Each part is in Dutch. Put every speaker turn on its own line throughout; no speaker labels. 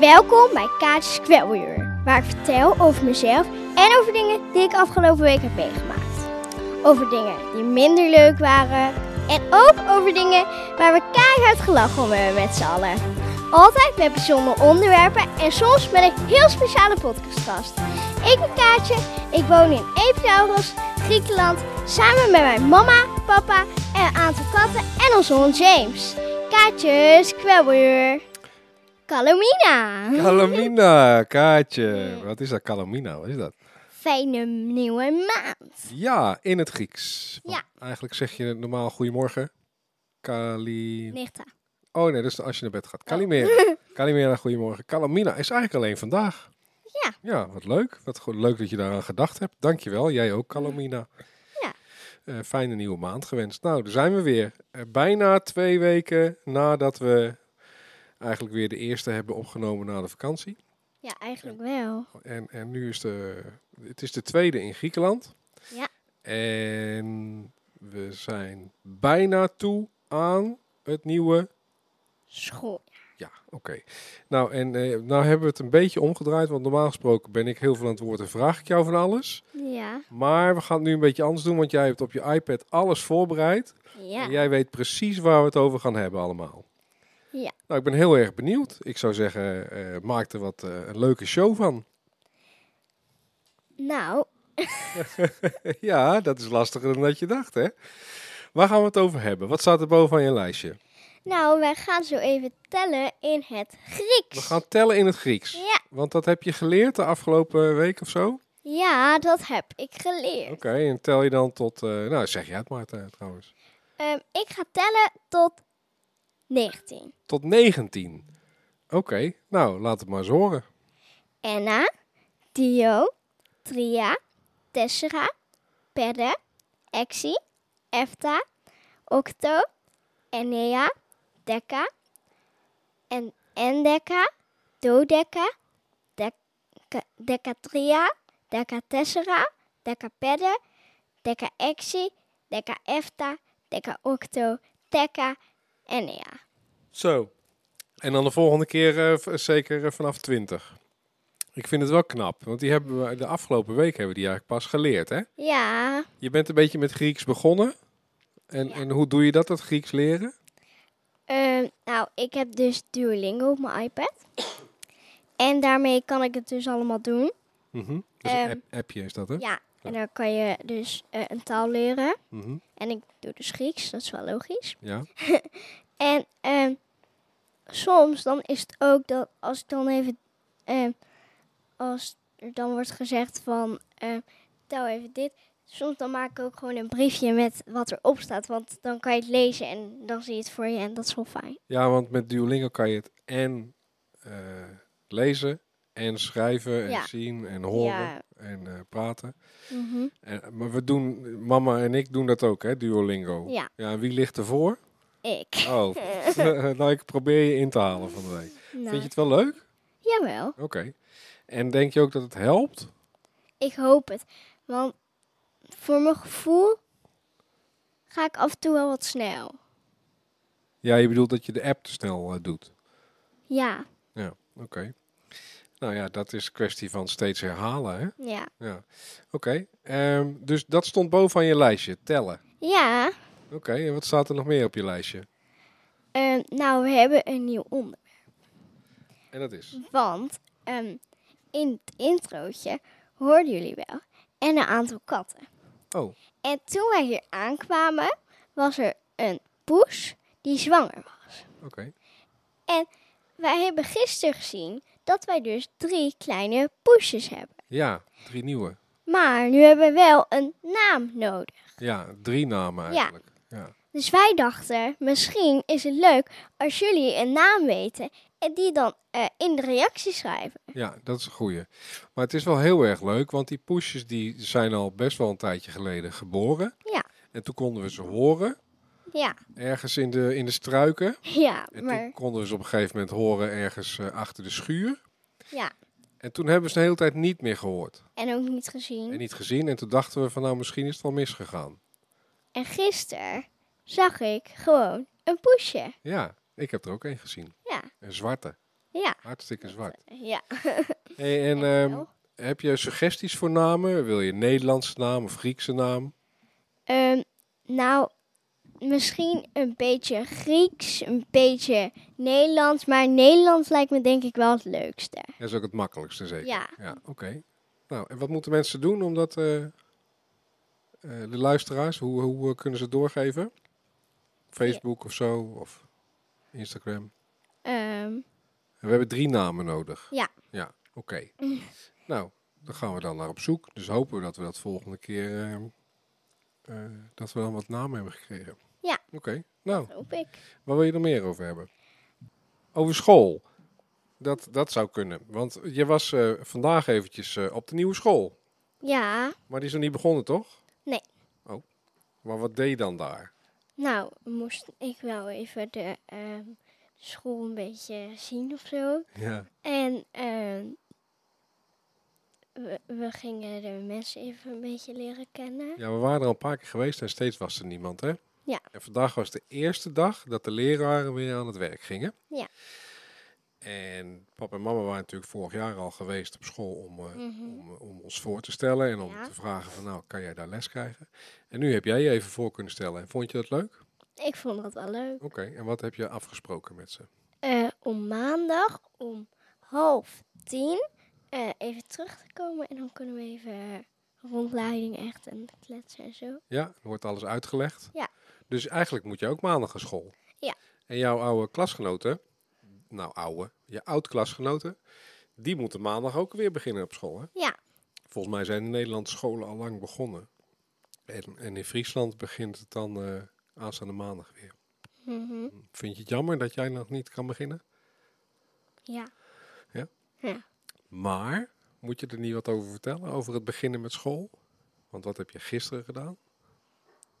Welkom bij Kaatjes Kwelweer, waar ik vertel over mezelf en over dingen die ik afgelopen week heb meegemaakt. Over dingen die minder leuk waren en ook over dingen waar we keihard gelachen om hebben met z'n allen. Altijd met bijzondere onderwerpen en soms met een heel speciale podcastgast. Ik ben Kaatje, ik woon in Epiauros, Griekenland, samen met mijn mama, papa en een aantal katten en onze hond James. Kaatjes Kwelweer. Calamina.
Calamina, Kaatje. Wat is dat, Calamina? Wat is dat?
Fijne nieuwe maand.
Ja, in het Grieks. Want
Ja.
Eigenlijk zeg je normaal goedemorgen. Kali...
Nichta.
Oh nee, dat is als je naar bed gaat. Kalimera. Kalimera, goedemorgen. Calamina is eigenlijk alleen vandaag.
Ja.
Ja, wat leuk. Wat goed, leuk dat je daaraan gedacht hebt. Dankjewel. Jij ook, Calamina.
Ja.
Eh, fijne nieuwe maand gewenst. Nou, daar zijn we weer. Eh, bijna twee weken nadat we eigenlijk weer de eerste hebben opgenomen na de vakantie.
Ja, eigenlijk wel.
En, en nu is de, het is de tweede in Griekenland.
Ja.
En we zijn bijna toe aan het nieuwe.
School.
Ja, oké. Nou, en eh, nou hebben we het een beetje omgedraaid, want normaal gesproken ben ik heel veel aan het woord en vraag ik jou van alles.
Ja.
Maar we gaan het nu een beetje anders doen, want jij hebt op je iPad alles voorbereid. En
Ja.
jij weet precies waar we het over gaan hebben allemaal.
Ja.
Nou, ik ben heel erg benieuwd. Ik zou zeggen, eh, maak er wat eh, een leuke show van.
Nou,
Ja, dat is lastiger dan dat je dacht, hè? Waar gaan we het over hebben? Wat staat er bovenaan je lijstje?
nou, wij gaan zo even tellen in het
We
Grieks.
gaan tellen in het Grieks.
Ja.
Want dat heb je geleerd de afgelopen week of zo. Oké,
Ja, dat heb ik geleerd.
en tel je dan tot... eh, nou, zeg je het maar eh, trouwens.
Ehm, ik ga tellen tot 19.
Tot 19. Oké, nou, laat het maar eens horen.
Enna, Dio, Tria, Tessera, Perre, Exi, Efta, Octo, Enea, Deca, en Endeca, Dodeca, Deca, Decatria, Decatessera, Decapedde, Decaexi, Decaefta, Decaocto, Deca, Enea.
Zo. En dan de volgende keer eh, v- zeker eh, vanaf 20. Ik vind het wel knap, want die hebben we de afgelopen week hebben we die eigenlijk pas geleerd, hè?
Ja,
Je bent een beetje met Grieks begonnen. En, en hoe doe je dat, dat Grieks leren?
Ehm, nou, ik heb dus Duolingo op mijn iPad. En daarmee kan ik het dus allemaal doen.
Mhm. Dus een
Ehm,
app- appje is dat, hè?
Ja, en dan kan je dus eh, een taal leren.
Mhm.
En ik doe dus Grieks, dat is wel logisch.
ja.
En ehm, soms dan is het ook dat als ik dan even... ehm, als er dan wordt gezegd van, ehm, tel even dit. Soms dan maak ik ook gewoon een briefje met wat erop staat. Want dan kan je het lezen en dan zie je het voor je en dat is wel fijn.
Ja, want met Duolingo kan je het en eh, lezen en schrijven en
Ja.
zien en horen
Ja.
en eh, praten.
Mhm.
En, maar we doen, mama en ik doen dat ook, hè, Duolingo.
Ja.
en wie ligt ervoor?
Ik.
Oh, nou, ik probeer je in te halen van de week.
Nou,
Vind je het wel leuk?
Jawel.
Oké. En denk je ook dat het helpt?
Ik hoop het. Want voor mijn gevoel ga ik af en toe wel wat snel.
Ja, je bedoelt dat je de app te snel eh, doet.
Ja,
Ja, oké. Nou ja, dat is kwestie van steeds herhalen, hè?
ja.
Ja, oké. Ehm, dus dat stond bovenaan je lijstje, tellen.
Ja,
Oké, en wat staat er nog meer op je lijstje?
ehm, nou, we hebben een nieuw onderwerp.
En dat is?
Want ehm, in het introotje hoorden jullie wel. En een aantal katten.
Oh,
En toen wij hier aankwamen, was er een poes die zwanger was.
oké.
Wij hebben gisteren gezien dat wij dus drie kleine poesjes hebben.
Ja, drie nieuwe.
Maar nu hebben we wel een naam nodig.
Ja, drie namen
Ja.
eigenlijk. Ja.
Dus wij dachten, misschien is het leuk als jullie een naam weten en die dan eh, in de reactie schrijven.
Ja, dat is een goeie. Maar het is wel heel erg leuk, want die poesjes die zijn al best wel een tijdje geleden geboren.
Ja.
En toen konden we ze horen,
Ja,
ergens in de, in de struiken.
ja,
En
maar
toen konden we ze op een gegeven moment horen ergens eh, achter de schuur.
ja.
En toen hebben we ze de hele tijd niet meer gehoord.
En ook niet gezien.
En
En,
niet gezien. En toen dachten we van nou, misschien is het wel misgegaan.
gisteren zag ik gewoon een poesje.
Ja, ik heb er ook één gezien.
Ja,
Een zwarte.
Ja.
Hartstikke zwart.
Ja.
Hey, en
Echt
ehm,
wel.
heb je suggesties voor namen? Wil je een Nederlandse naam of Griekse naam?
Ehm, nou, misschien een beetje Grieks, een beetje Nederlands. Maar Nederlands lijkt me denk ik wel het leukste.
Dat is ook het makkelijkste zeker.
Ja.
oké. Nou, en wat moeten mensen doen om dat... eh, eh, de luisteraars, hoe, hoe eh, kunnen ze het doorgeven? Facebook of zo? Of Instagram?
Ehm,
We hebben drie namen nodig.
Ja.
Ja, oké. nou, dan gaan we dan naar op zoek. Dus hopen we dat we dat volgende keer... eh, eh, dat we dan wat namen hebben gekregen.
Ja.
Oké, nou,
hoop ik.
Waar wil je er meer over hebben? Over school. Dat, dat zou kunnen. Want je was eh, vandaag eventjes eh, op de nieuwe school.
Ja,
Maar die is nog niet begonnen, toch?
Nee.
Oh. Maar wat deed je dan daar?
nou moest ik wel even de ehm, school een beetje zien of zo.
Ja.
En ehm, we, we gingen de mensen even een beetje leren kennen.
Ja, we waren er al een paar keer geweest en steeds was er niemand, hè?
Ja.
En vandaag was de eerste dag dat de leraren weer aan het werk gingen.
Ja.
En papa en mama waren natuurlijk vorig jaar al geweest op school om, eh,
Mhm.
om, om ons voor te stellen en om
Ja.
te vragen van nou, kan jij daar les krijgen? En nu heb jij je even voor kunnen stellen. En vond je dat leuk?
Ik vond dat wel leuk.
Oké, en wat heb je afgesproken met ze?
Eh, om maandag om half tien eh, even terug te komen. En dan kunnen we even rondleiding echt en kletsen en zo.
Ja, dan wordt alles uitgelegd.
Ja.
Dus eigenlijk moet je ook maandag naar school.
Ja.
En jouw oude klasgenoten, nou oude, je oud-klasgenoten, die moeten maandag ook weer beginnen op school, hè?
Ja.
Volgens mij zijn de Nederlandse scholen al lang begonnen. En, en in Friesland begint het dan eh aanstaande maandag weer.
Mhm.
Vind je het jammer dat jij nog niet kan beginnen?
Ja.
Maar moet je er niet wat over vertellen, over het beginnen met school? Want wat heb je gisteren gedaan?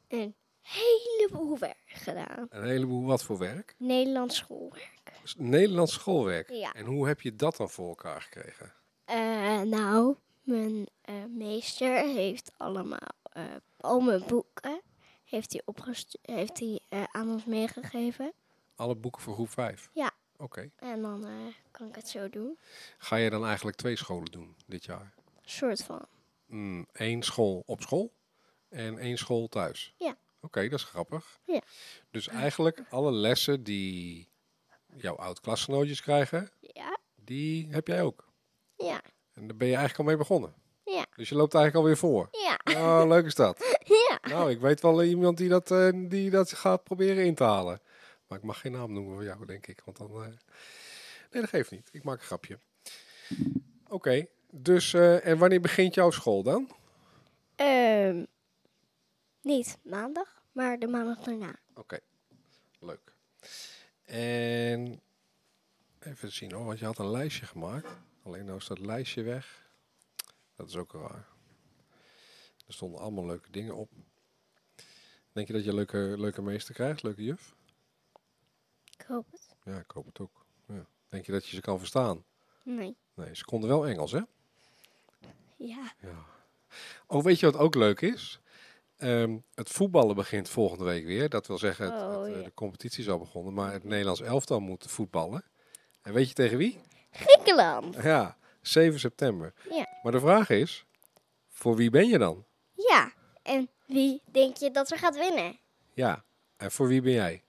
Een heleboel werk gedaan.
Een heleboel wat voor werk?
Nederlands schoolwerk.
S- Nederlands schoolwerk.
Ja.
En hoe heb je dat dan voor elkaar gekregen?
Eh, nou, mijn eh, meester heeft allemaal eh, al mijn boeken heeft hij opgestu- heeft hij eh, aan ons meegegeven.
Alle boeken voor groep 5?
Ja.
Oké.
En dan eh, kan ik het zo doen.
Ga je dan eigenlijk twee scholen doen dit jaar?
Soort van.
Mm, één school op school en één school thuis.
Ja.
Oké, dat is grappig.
Ja.
Dus eigenlijk alle lessen die jouw oud-klasgenootjes krijgen,
Ja,
die heb jij ook.
ja,
En daar ben je eigenlijk al mee begonnen.
Ja.
Dus je loopt eigenlijk alweer voor.
ja,
Nou, leuk is dat.
ja.
Nou, ik weet wel iemand die dat, eh, die dat gaat proberen in te halen. Maar ik mag geen naam noemen voor jou, denk ik. Want dan. eh, Nee, dat geeft niet. Ik maak een grapje. Oké, dus. eh, en wanneer begint jouw school dan?
Ehm, niet maandag, maar de maandag daarna.
Oké, leuk. En even zien hoor, want je had een lijstje gemaakt. Alleen nou is dat lijstje weg. Dat is ook raar. Er stonden allemaal leuke dingen op. Denk je dat je een leuke, leuke meester krijgt, leuke juf?
Ik hoop het.
Ja, ik hoop het ook. Ja. Denk je dat je ze kan verstaan?
Nee.
Nee, ze konden wel Engels, hè?
Ja.
Oh, weet je wat ook leuk is? Ehm, het voetballen begint volgende week weer. Dat wil zeggen, het,
Oh,
het, eh,
ja. Mhm.
de competitie is al begonnen. Maar het Nederlands elftal moet voetballen. En weet je tegen wie?
Griekenland.
Ja, 7 september.
Ja.
Maar de vraag is, voor wie ben je dan?
Ja. En wie denk je dat er gaat winnen?
Ja, en voor wie ben jij?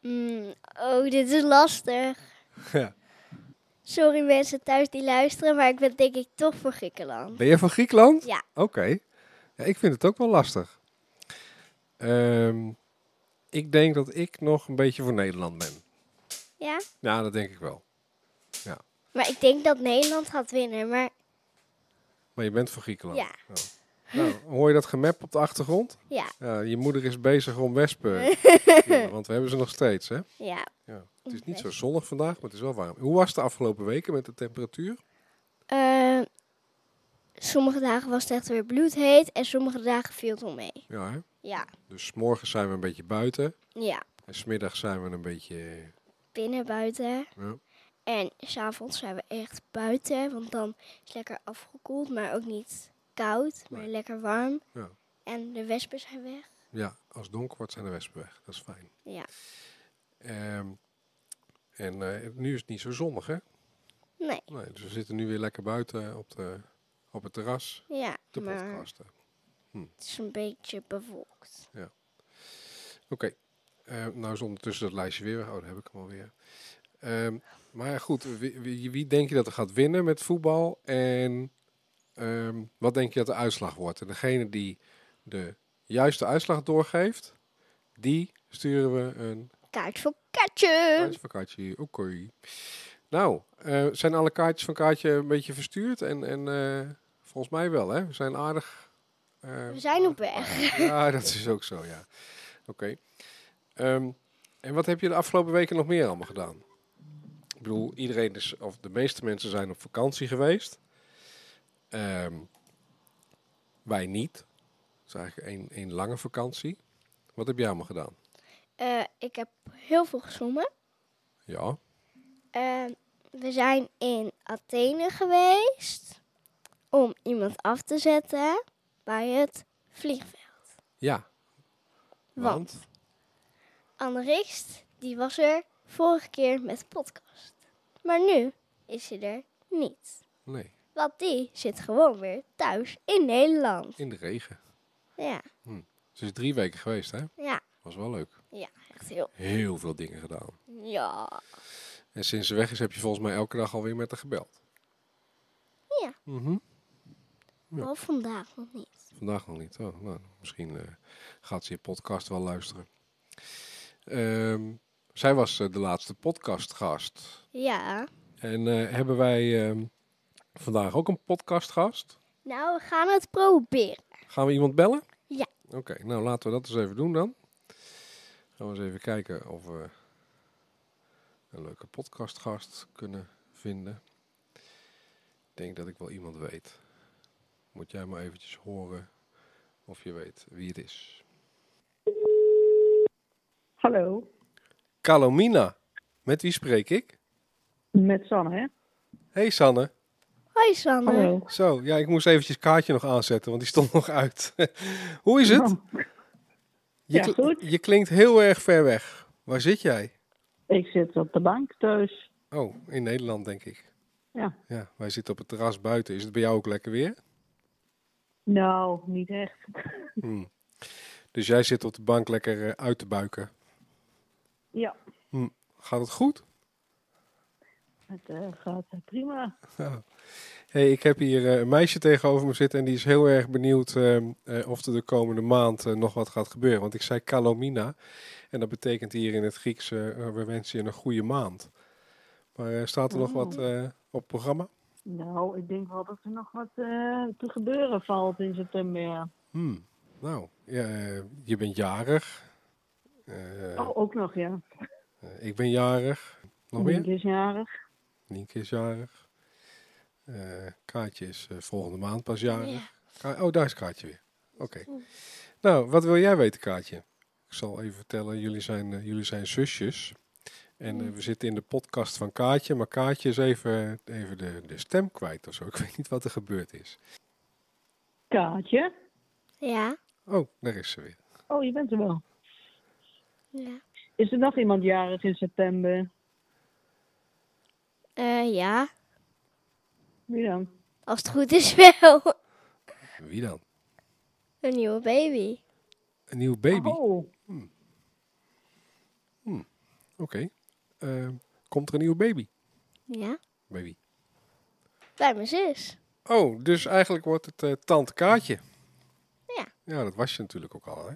Mm, oh, dit is lastig.
Ja.
Sorry mensen thuis die luisteren, maar ik ben denk ik toch voor Griekenland.
Ben je van Griekenland?
Ja.
Oké. Ja, ik vind het ook wel lastig. Ehm, ik denk dat ik nog een beetje voor Nederland ben.
Ja?
Ja, dat denk ik wel.
Maar ik denk dat Nederland gaat winnen, maar
Maar je bent van Griekenland.
Ja.
Nou, hoor je dat gemap op de achtergrond?
ja.
Ja, je moeder is bezig om wespen. Ja, want we hebben ze nog steeds, hè?
Ja.
Ja. Het is niet zo zonnig vandaag, maar het is wel warm. Hoe was het de afgelopen weken met de temperatuur?
Eh, sommige dagen was het echt weer bloedheet en sommige dagen viel het wel mee.
Ja, hè?
Ja.
Dus 's morgens zijn we een beetje buiten.
Ja.
En smiddags zijn we een beetje...
Binnen, buiten.
Ja.
En s'avonds zijn we echt buiten, want dan is het lekker afgekoeld, maar ook niet koud, maar
Nee.
lekker warm.
Ja.
En de wespen zijn weg.
Ja, als het donker wordt zijn de wespen weg. Dat is fijn.
Ja.
Ehm, En eh, nu is het niet zo zonnig, hè?
Nee,
Nee, dus we zitten nu weer lekker buiten op, de, op het terras
ja,
te
maar
podcasten.
het is een beetje bewolkt.
Oké, Eh, nou is ondertussen dat lijstje weer weg. Oh, daar heb ik hem alweer. Ehm maar goed, wie, wie, wie denk je dat er gaat winnen met voetbal? En ehm, wat denk je dat de uitslag wordt? En degene die de juiste uitslag doorgeeft, die sturen we een
Kaart voor Katje!
kaartje van kaartje. Oké. Nou, eh, zijn alle kaartjes van kaartje een beetje verstuurd? En, en eh, volgens mij wel, hè? We zijn aardig... eh,
We zijn op weg.
ja, nou, dat is ook zo, ja. Oké. Ehm, en wat heb je de afgelopen weken nog meer allemaal gedaan? Ik bedoel, iedereen is, of de meeste mensen zijn op vakantie geweest. Ehm, wij niet. Het is eigenlijk één, één lange vakantie. Wat heb jij allemaal gedaan?
Eh, ik heb heel veel gezongen.
Ja,
Eh, we zijn in Athene geweest om iemand af te zetten bij het vliegveld.
ja.
Want? Anne Rikst, die was er vorige keer met de podcast. Maar nu is ze er niet.
Nee,
Want die zit gewoon weer thuis in Nederland.
in de regen.
Ja,
Ze is drie weken geweest, hè?
ja,
Was wel leuk.
ja, echt heel.
Heel veel dingen gedaan.
Ja,
En sinds ze weg is, heb je volgens mij elke dag alweer met haar gebeld.
Ja.
Mhm. Ja.
maar vandaag nog niet.
Vandaag nog niet. Oh, nou, misschien eh, gaat ze je podcast wel luisteren. Ehm, zij was eh, de laatste podcastgast.
Ja,
En eh, hebben wij ehm, vandaag ook een podcastgast?
nou, we gaan het proberen.
Gaan we iemand bellen?
Ja.
Oké, nou laten we dat eens even doen dan. Gaan we eens even kijken of we een leuke podcastgast kunnen vinden. Ik denk dat ik wel iemand weet. Moet jij maar eventjes horen of je weet wie het is.
Hallo,
Calomina. Met wie spreek ik?
met Sanne, hè?
Hey Sanne.
Hoi Sanne.
Hallo.
Zo, ja, ik moest eventjes kaartje nog aanzetten, want die stond nog uit. Hoe is het?
Nou,
Je,
ja,
kl-
goed.
je klinkt heel erg ver weg. Waar zit jij?
ik zit op de bank thuis.
Oh, in Nederland denk ik.
Ja.
Ja, wij zitten op het terras buiten. Is het bij jou ook lekker weer?
Nou, niet echt.
Dus jij zit op de bank lekker eh, uit te buiken.
Ja,
Gaat het goed?
het eh, gaat prima.
Hey, ik heb hier eh, een meisje tegenover me zitten en die is heel erg benieuwd ehm, eh, of er de komende maand eh, nog wat gaat gebeuren. Want ik zei Kalomina en dat betekent hier in het Grieks, eh, eh, we wensen je een goede maand. Maar eh, staat er nog wat eh, op het programma?
Nou, ik denk wel dat er nog wat eh, te gebeuren valt in september. ja.
Hmm, Nou, ja, eh, je bent jarig. Eh,
Oh, Mm. ook nog, ja.
eh, ik ben jarig. Nog meer?
Ik is jarig.
Nienke is jarig. Eh, Kaatje is eh, volgende maand pas jarig.
Ja.
Ka- oh, daar is Kaatje weer. Oké. Nou, wat wil jij weten, Kaatje? Ik zal even vertellen, jullie zijn, eh, jullie zijn zusjes. En eh, we zitten in de podcast van Kaatje, maar Kaatje is even, even de, de stem kwijt of zo. Ik weet niet wat er gebeurd is.
Kaatje?
Ja,
Oh, daar is ze weer.
Oh, je bent er wel.
ja.
Is er nog iemand jarig in september?
Eh, ja,
Wie dan?
als het goed is wel.
Wie dan?
Een nieuwe baby.
Een nieuwe baby? Oké.
Oh,
Eh, komt er een nieuwe baby?
Ja,
Baby.
bij mijn zus.
Oh, dus eigenlijk wordt het eh tante Kaatje.
Ja.
Ja, dat was je natuurlijk ook al, hè?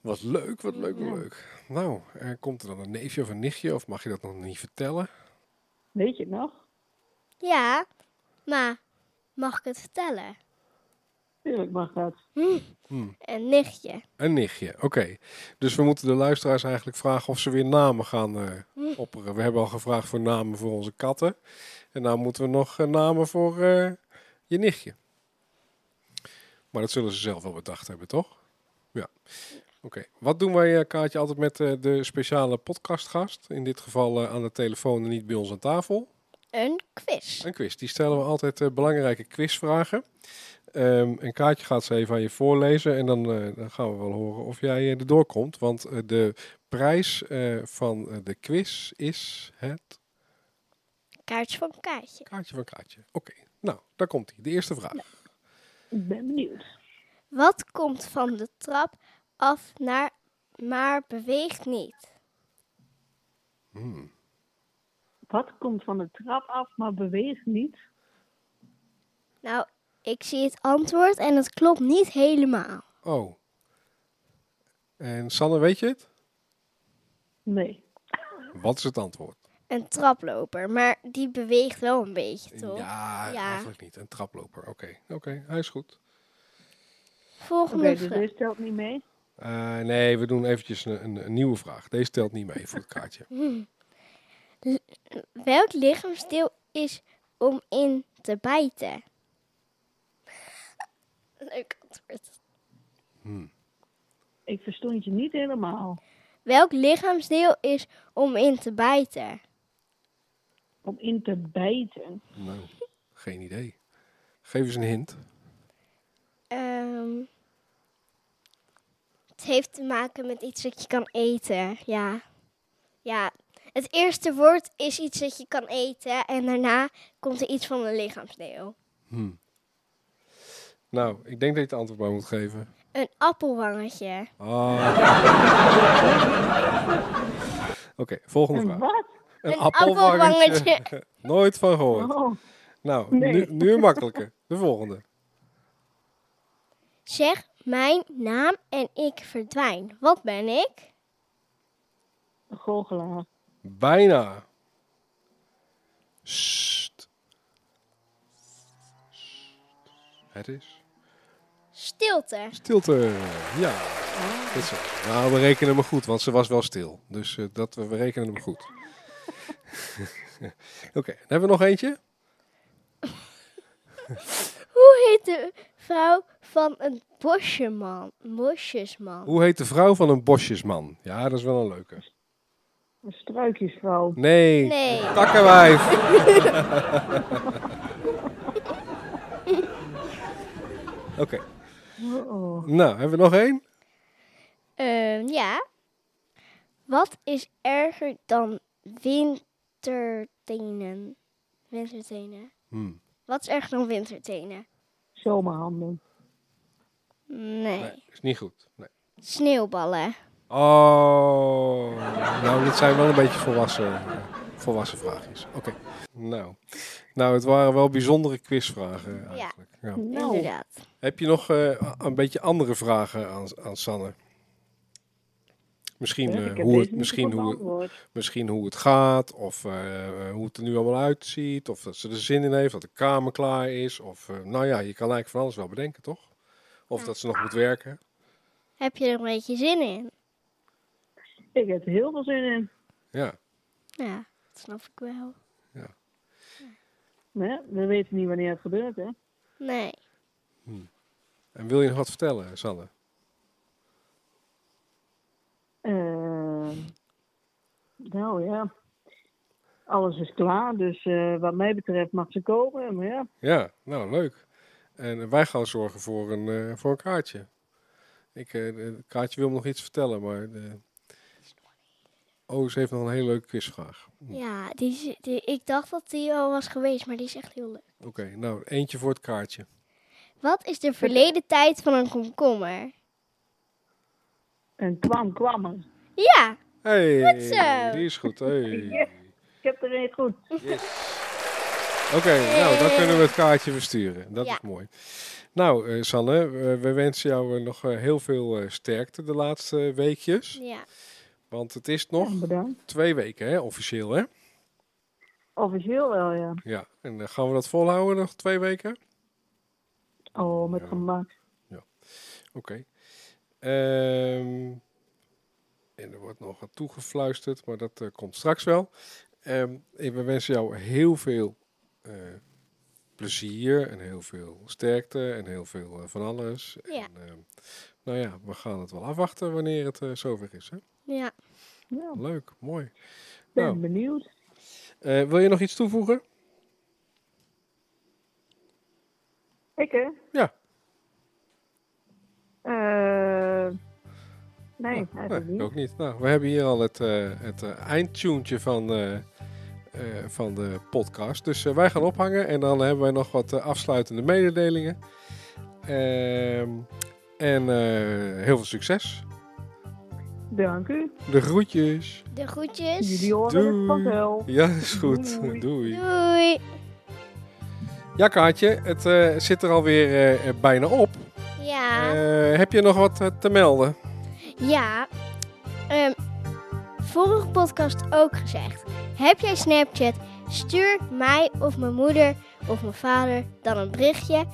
Wat leuk, wat leuk, wat leuk. Nou, eh, komt er dan een neefje of een nichtje? Of mag je dat nog niet vertellen?
weet je het nog?
Ja, maar mag ik het vertellen?
Tuurlijk mag dat.
Een nichtje.
Een nichtje, oké. Dus we moeten de luisteraars eigenlijk vragen of ze weer namen gaan eh, opperen. We hebben al gevraagd voor namen voor onze katten. En nou moeten we nog eh, namen voor eh, je nichtje. Maar dat zullen ze zelf wel bedacht hebben, toch? Ja. Oké. Wat doen wij, eh, Kaatje, altijd met eh, de speciale podcastgast? In dit geval eh, aan de telefoon en niet bij ons aan tafel.
Een quiz.
Een quiz. Die stellen we altijd eh, belangrijke quizvragen. Ehm een kaartje gaat ze even aan je voorlezen. En dan, eh, dan gaan we wel horen of jij eh, erdoor komt. Want eh, de prijs eh, van eh, de quiz is het
Kaartje van Kaartje.
kaartje van kaartje. Oké, nou, daar komt hij. De eerste vraag.
Ik ben benieuwd.
Wat komt van de trap af naar, maar beweegt niet?
Wat komt van de trap af, maar beweegt niet?
Nou, ik zie het antwoord en het klopt niet helemaal.
Oh. En Sanne, weet je het?
Nee.
Wat is het antwoord?
Een traploper, maar die beweegt wel een beetje, toch?
Ja,
Ja.
eigenlijk niet. Een traploper. Oké, oké, hij is goed.
Oké,
Volgende
dus
vraag.
deze telt niet mee.
Eh, nee, we doen eventjes een, een, een nieuwe vraag. Deze telt niet mee voor het kaartje.
Welk lichaamsdeel is om in te bijten? Leuk antwoord.
Ik verstond je niet helemaal.
Welk lichaamsdeel is om in te bijten?
Om in te bijten.
Nou, geen idee. Geef eens een hint.
Ehm, het heeft te maken met iets dat je kan eten. Ja. Ja. Het eerste woord is iets dat je kan eten en daarna komt er iets van een lichaamsdeel.
Nou, ik denk dat je het antwoord maar moet geven.
Een appelwangetje.
Ah. Oké, volgende
En
vraag.
wat?
Een,
Een appelwangetje.
Nooit van gehoord.
Oh,
Nou,
Nee.
nu, nu een makkelijke. De volgende.
Zeg mijn naam en ik verdwijn. Wat ben ik?
een goochelaar.
Bijna. Sst. Het is
Stilte.
stilte. Ja, dat is zo. Nou, we rekenen hem goed, want ze was wel stil. Dus eh, dat, we we rekenen hem goed. Oké, dan hebben we nog eentje.
Hoe heet de vrouw van een bosjeman? Bosjesman.
Hoe heet de vrouw van een bosjesman? Ja, dat is wel een leuke.
Een struikjesvrouw.
Nee,
Nee.
takkenwijf. Oké,
Oh, oh.
nou, hebben we nog één?
Ehm, ja. Wat is erger dan wintertenen? Wintertenen.
Hmm.
Wat is erger dan wintertenen?
Zomerhanden.
Nee.
Nee, is niet goed. Nee.
Sneeuwballen.
Oh, nou, dit zijn wel een beetje volwassen, volwassen vraagjes. Oké, nou. nou, het waren wel bijzondere quizvragen eigenlijk. Ja.
Nou,
Inderdaad.
Heb je nog eh, a- een beetje andere vragen aan, aan Sanne? Misschien, eh,
ik heb
hoe,
deze
het,
niet
misschien,
goed
hoe, het-
beantwoord.
misschien hoe het gaat, of eh, hoe het er nu allemaal uitziet, of dat ze er zin in heeft, dat de kamer klaar is. Of, eh, nou ja, je kan eigenlijk van alles wel bedenken, toch? Of dat ze nog moet werken.
Heb je er een beetje zin in?
Ik heb er heel veel zin in.
Ja,
Ja, dat snap ik wel.
Nee, we weten niet wanneer het gebeurt, hè?
Nee.
en wil je nog wat vertellen, Sanne?
Eh, nou ja. Alles is klaar, dus eh, wat mij betreft mag ze komen. Maar ja,
Ja, nou leuk. En wij gaan zorgen voor een, eh, voor een kaartje. Ik, eh, de- het kaartje wil me nog iets vertellen, maar. De... Oh, ze heeft nog een hele leuke quizvraag.
Ja, die, is- die- ik dacht dat die al was geweest, maar die is echt heel leuk.
Oké, nou, eentje voor het kaartje.
Wat is de verleden tijd van een komkommer?
en kwam, kwam er.
Ja,
Hey,
zo.
die is goed. Hey.
Ja. Ik heb er een goed.
Oké, nou, dan kunnen we het kaartje versturen. Dat
Ja.
is mooi. Nou, eh, Sanne, eh, we wensen jou eh, nog eh, heel veel eh, sterkte de laatste eh, weekjes.
ja.
Want het is nog
Bedankt.
twee weken, hè, officieel, hè?
Officieel wel, ja.
Ja, en eh, gaan we dat volhouden nog twee weken?
Oh, met gemak.
Oké. Ehm, en er wordt nog wat toegefluisterd, maar dat eh, komt straks wel. Ehm, en we wensen jou heel veel eh, plezier en heel veel sterkte en heel veel eh, van alles.
Ja.
En, ehm, nou ja, we gaan het wel afwachten wanneer het eh, zover is. Hè?
Ja.
Nou,
Leuk, mooi.
ik ben
Nou.
benieuwd.
Eh, wil je nog iets toevoegen?
Ik, hè?
Ja.
Eh, Nee,
Oh, Nee,
eigenlijk
ik
niet.
ook niet. Nou, we hebben hier al het, eh het eh, eindtuntje van, eh, eh, van de podcast. Dus eh, wij gaan ophangen en dan hebben wij nog wat eh, afsluitende mededelingen. Ehm, en eh, heel veel succes.
Dank u.
De groetjes.
De groetjes.
Jullie horen
Doei.
het vanzelf.
Ja, is goed.
Doei.
Doei.
Doei.
Ja, Kaatje, het eh, zit er alweer eh, eh, bijna op.
Ja.
Eh, heb je nog wat eh, te melden?
Ja, ehm, vorige podcast ook gezegd. Heb jij Snapchat? Stuur mij of mijn moeder of mijn vader dan een berichtje.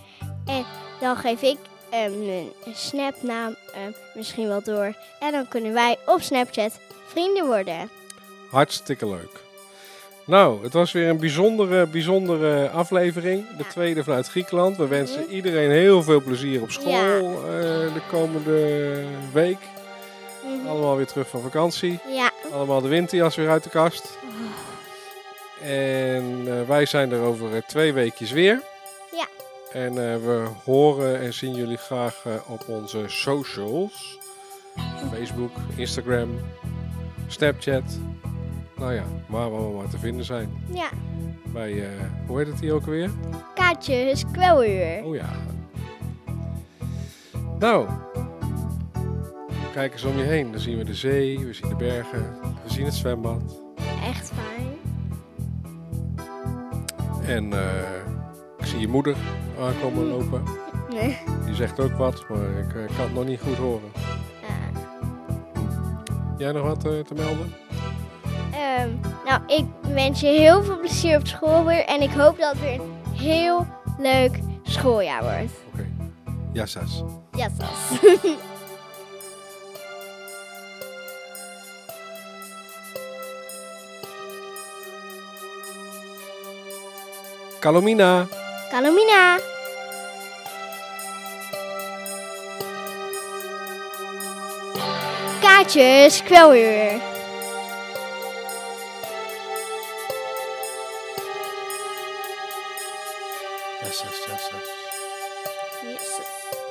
En dan geef ik ehm, mijn snapnaam ehm, misschien wel door. En dan kunnen wij op Snapchat vrienden worden.
Hartstikke leuk. Nou, het was weer een bijzondere, bijzondere aflevering. De
Ja.
tweede vanuit Griekenland. We wensen
Mhm.
iedereen heel veel plezier op school
Ja.
eh, de komende week.
Mhm.
Allemaal weer terug van vakantie.
Ja,
Allemaal de winterjas weer uit de kast. En eh, wij zijn er over eh, twee weekjes weer.
Ja.
En eh, we horen en zien jullie graag eh, op onze socials. Facebook, Instagram, Snapchat. Nou ja, waar we allemaal maar te vinden zijn.
ja.
Bij, eh, hoe heet het hier ook weer?
Kaatjes, kwelweer.
Oh ja. Nou. Kijk eens om je heen. Dan zien we de zee, we zien de bergen, we zien het zwembad.
Echt fijn.
En eh, ik zie je moeder aankomen lopen.
Nee.
Die zegt ook wat, maar ik eh, kan het nog niet goed horen.
Ja.
Jij nog wat eh, te melden?
Ehm, nou, ik wens je heel veel plezier op school weer. En ik hoop dat het weer een heel leuk schooljaar wordt.
Oké. Ja, Sas.
Ja, Sas.
Kalomina!
Kalomina! Kaatjes, kwelweer.
Ja, Sas, ja, Sas.
Jezus.